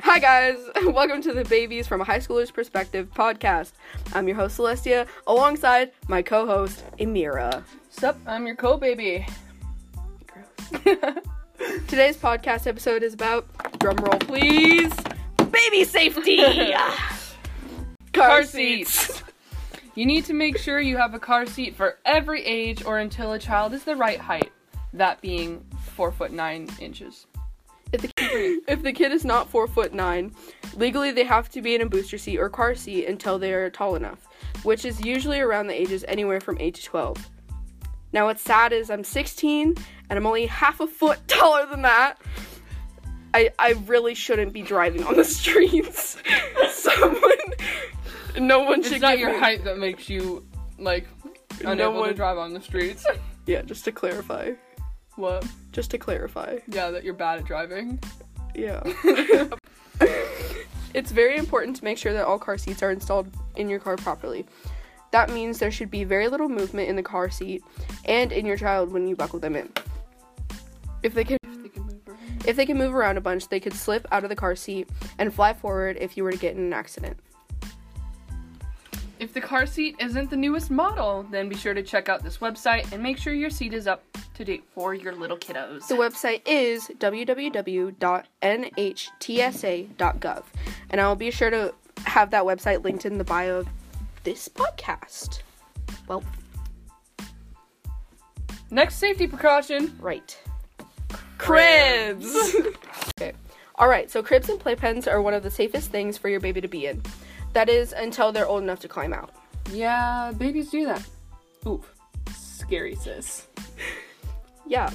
Hi, guys. Welcome to the Babies from a High Schooler's Perspective podcast. I'm your host, Celestia, alongside my co host, Emira. Sup, I'm your co-baby. Today's podcast episode is about, drumroll please, baby safety. Car seats. You need to make sure you have a car seat for every age or until a child is the right height, that being four foot nine inches. If the, if the kid is not four foot nine, legally they have to be in a booster seat or car seat until they are tall enough, which is usually around the ages anywhere from eight to twelve. Now what's sad is I'm 16 and I'm only half a foot taller than that. I I really shouldn't be driving on the streets. Someone, no one should. It's not give your me- height that makes you like unable one- to drive on the streets. Yeah, just to clarify. what? Just to clarify. Yeah, that you're bad at driving. Yeah. it's very important to make sure that all car seats are installed in your car properly. That means there should be very little movement in the car seat and in your child when you buckle them in. If they can if they can move around a bunch, they could slip out of the car seat and fly forward if you were to get in an accident. If the car seat isn't the newest model, then be sure to check out this website and make sure your seat is up to date for your little kiddos. The website is www.nhtsa.gov, and I'll be sure to have that website linked in the bio of this podcast. Well, Next safety precaution. Right. Cribs! okay. Alright, so cribs and playpens are one of the safest things for your baby to be in. That is until they're old enough to climb out. Yeah, babies do that. Oof. Scary sis. Yeah.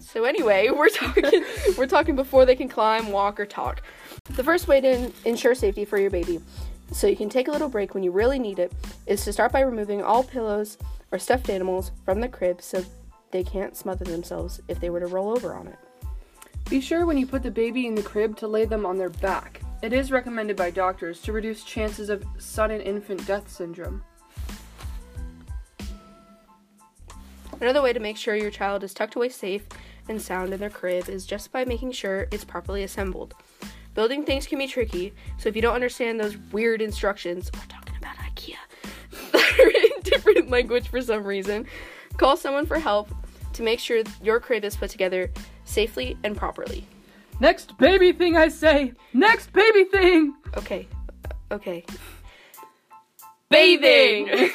So anyway, we're talking we're talking before they can climb, walk, or talk. The first way to en- ensure safety for your baby, so you can take a little break when you really need it, is to start by removing all pillows or stuffed animals from the crib so they can't smother themselves if they were to roll over on it. Be sure when you put the baby in the crib to lay them on their back. It is recommended by doctors to reduce chances of sudden infant death syndrome. Another way to make sure your child is tucked away safe and sound in their crib is just by making sure it's properly assembled. Building things can be tricky, so if you don't understand those weird instructions, we're talking about IKEA, that are in different language for some reason, call someone for help to make sure your crib is put together safely and properly. Next baby thing I say! Next baby thing! Okay, okay. Bathing!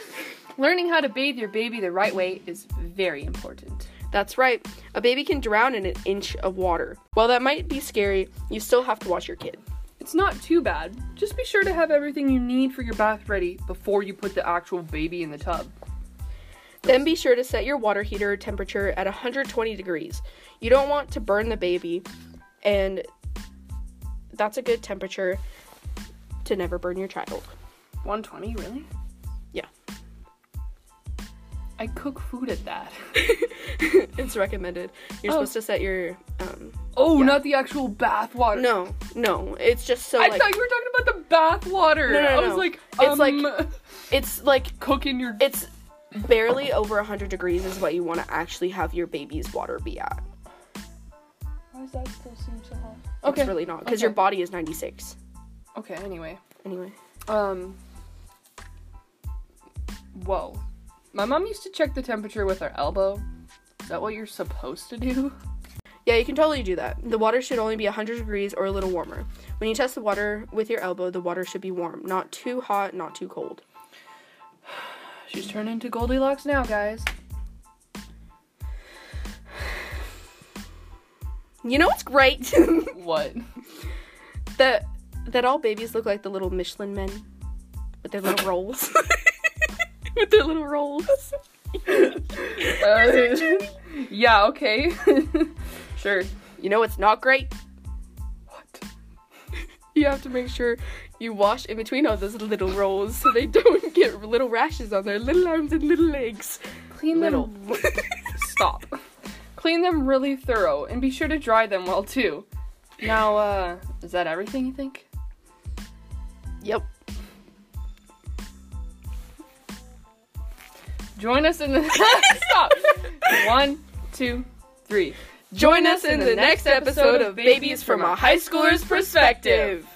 Learning how to bathe your baby the right way is very important. That's right, a baby can drown in an inch of water. While that might be scary, you still have to watch your kid. It's not too bad. Just be sure to have everything you need for your bath ready before you put the actual baby in the tub. Then be sure to set your water heater temperature at 120 degrees. You don't want to burn the baby, and that's a good temperature to never burn your child. 120, really? Yeah. I cook food at that. it's recommended. You're Oh. supposed to set your um Oh, Yeah. not the actual bath water. no, no, it's just so I like thought you were talking about the bath water. No, no, I was no. like, It's um, like- it's like cooking your. it's barely over 100 degrees is what you want to actually have your baby's water be at. Why does that still seem so hot? Okay. Okay. It's really not because okay. your body is 96. Okay. Anyway, Anyway, um, whoa, my mom used to check the temperature with her elbow. Is that what you're supposed to do? Yeah, you can totally do that. The water should only be 100 degrees or a little warmer. When you test the water with your elbow, the water should be warm, not too hot, not too cold. She's turned into Goldilocks now, guys. You know what's great? What? that that all babies look like the little Michelin men with their little rolls. with their little rolls. Uh, yeah. Okay. sure. You know what's not great? What? You have to make sure you wash in between all those little rolls so they don't get little rashes on their little arms and little legs. Clean Little. them. Stop. Clean them really thorough and be sure to dry them well too. Now, uh, is that everything you think? yep. Join us in the stop. One, two, three. Join us in the next episode of Babies from a High Schooler's Perspective.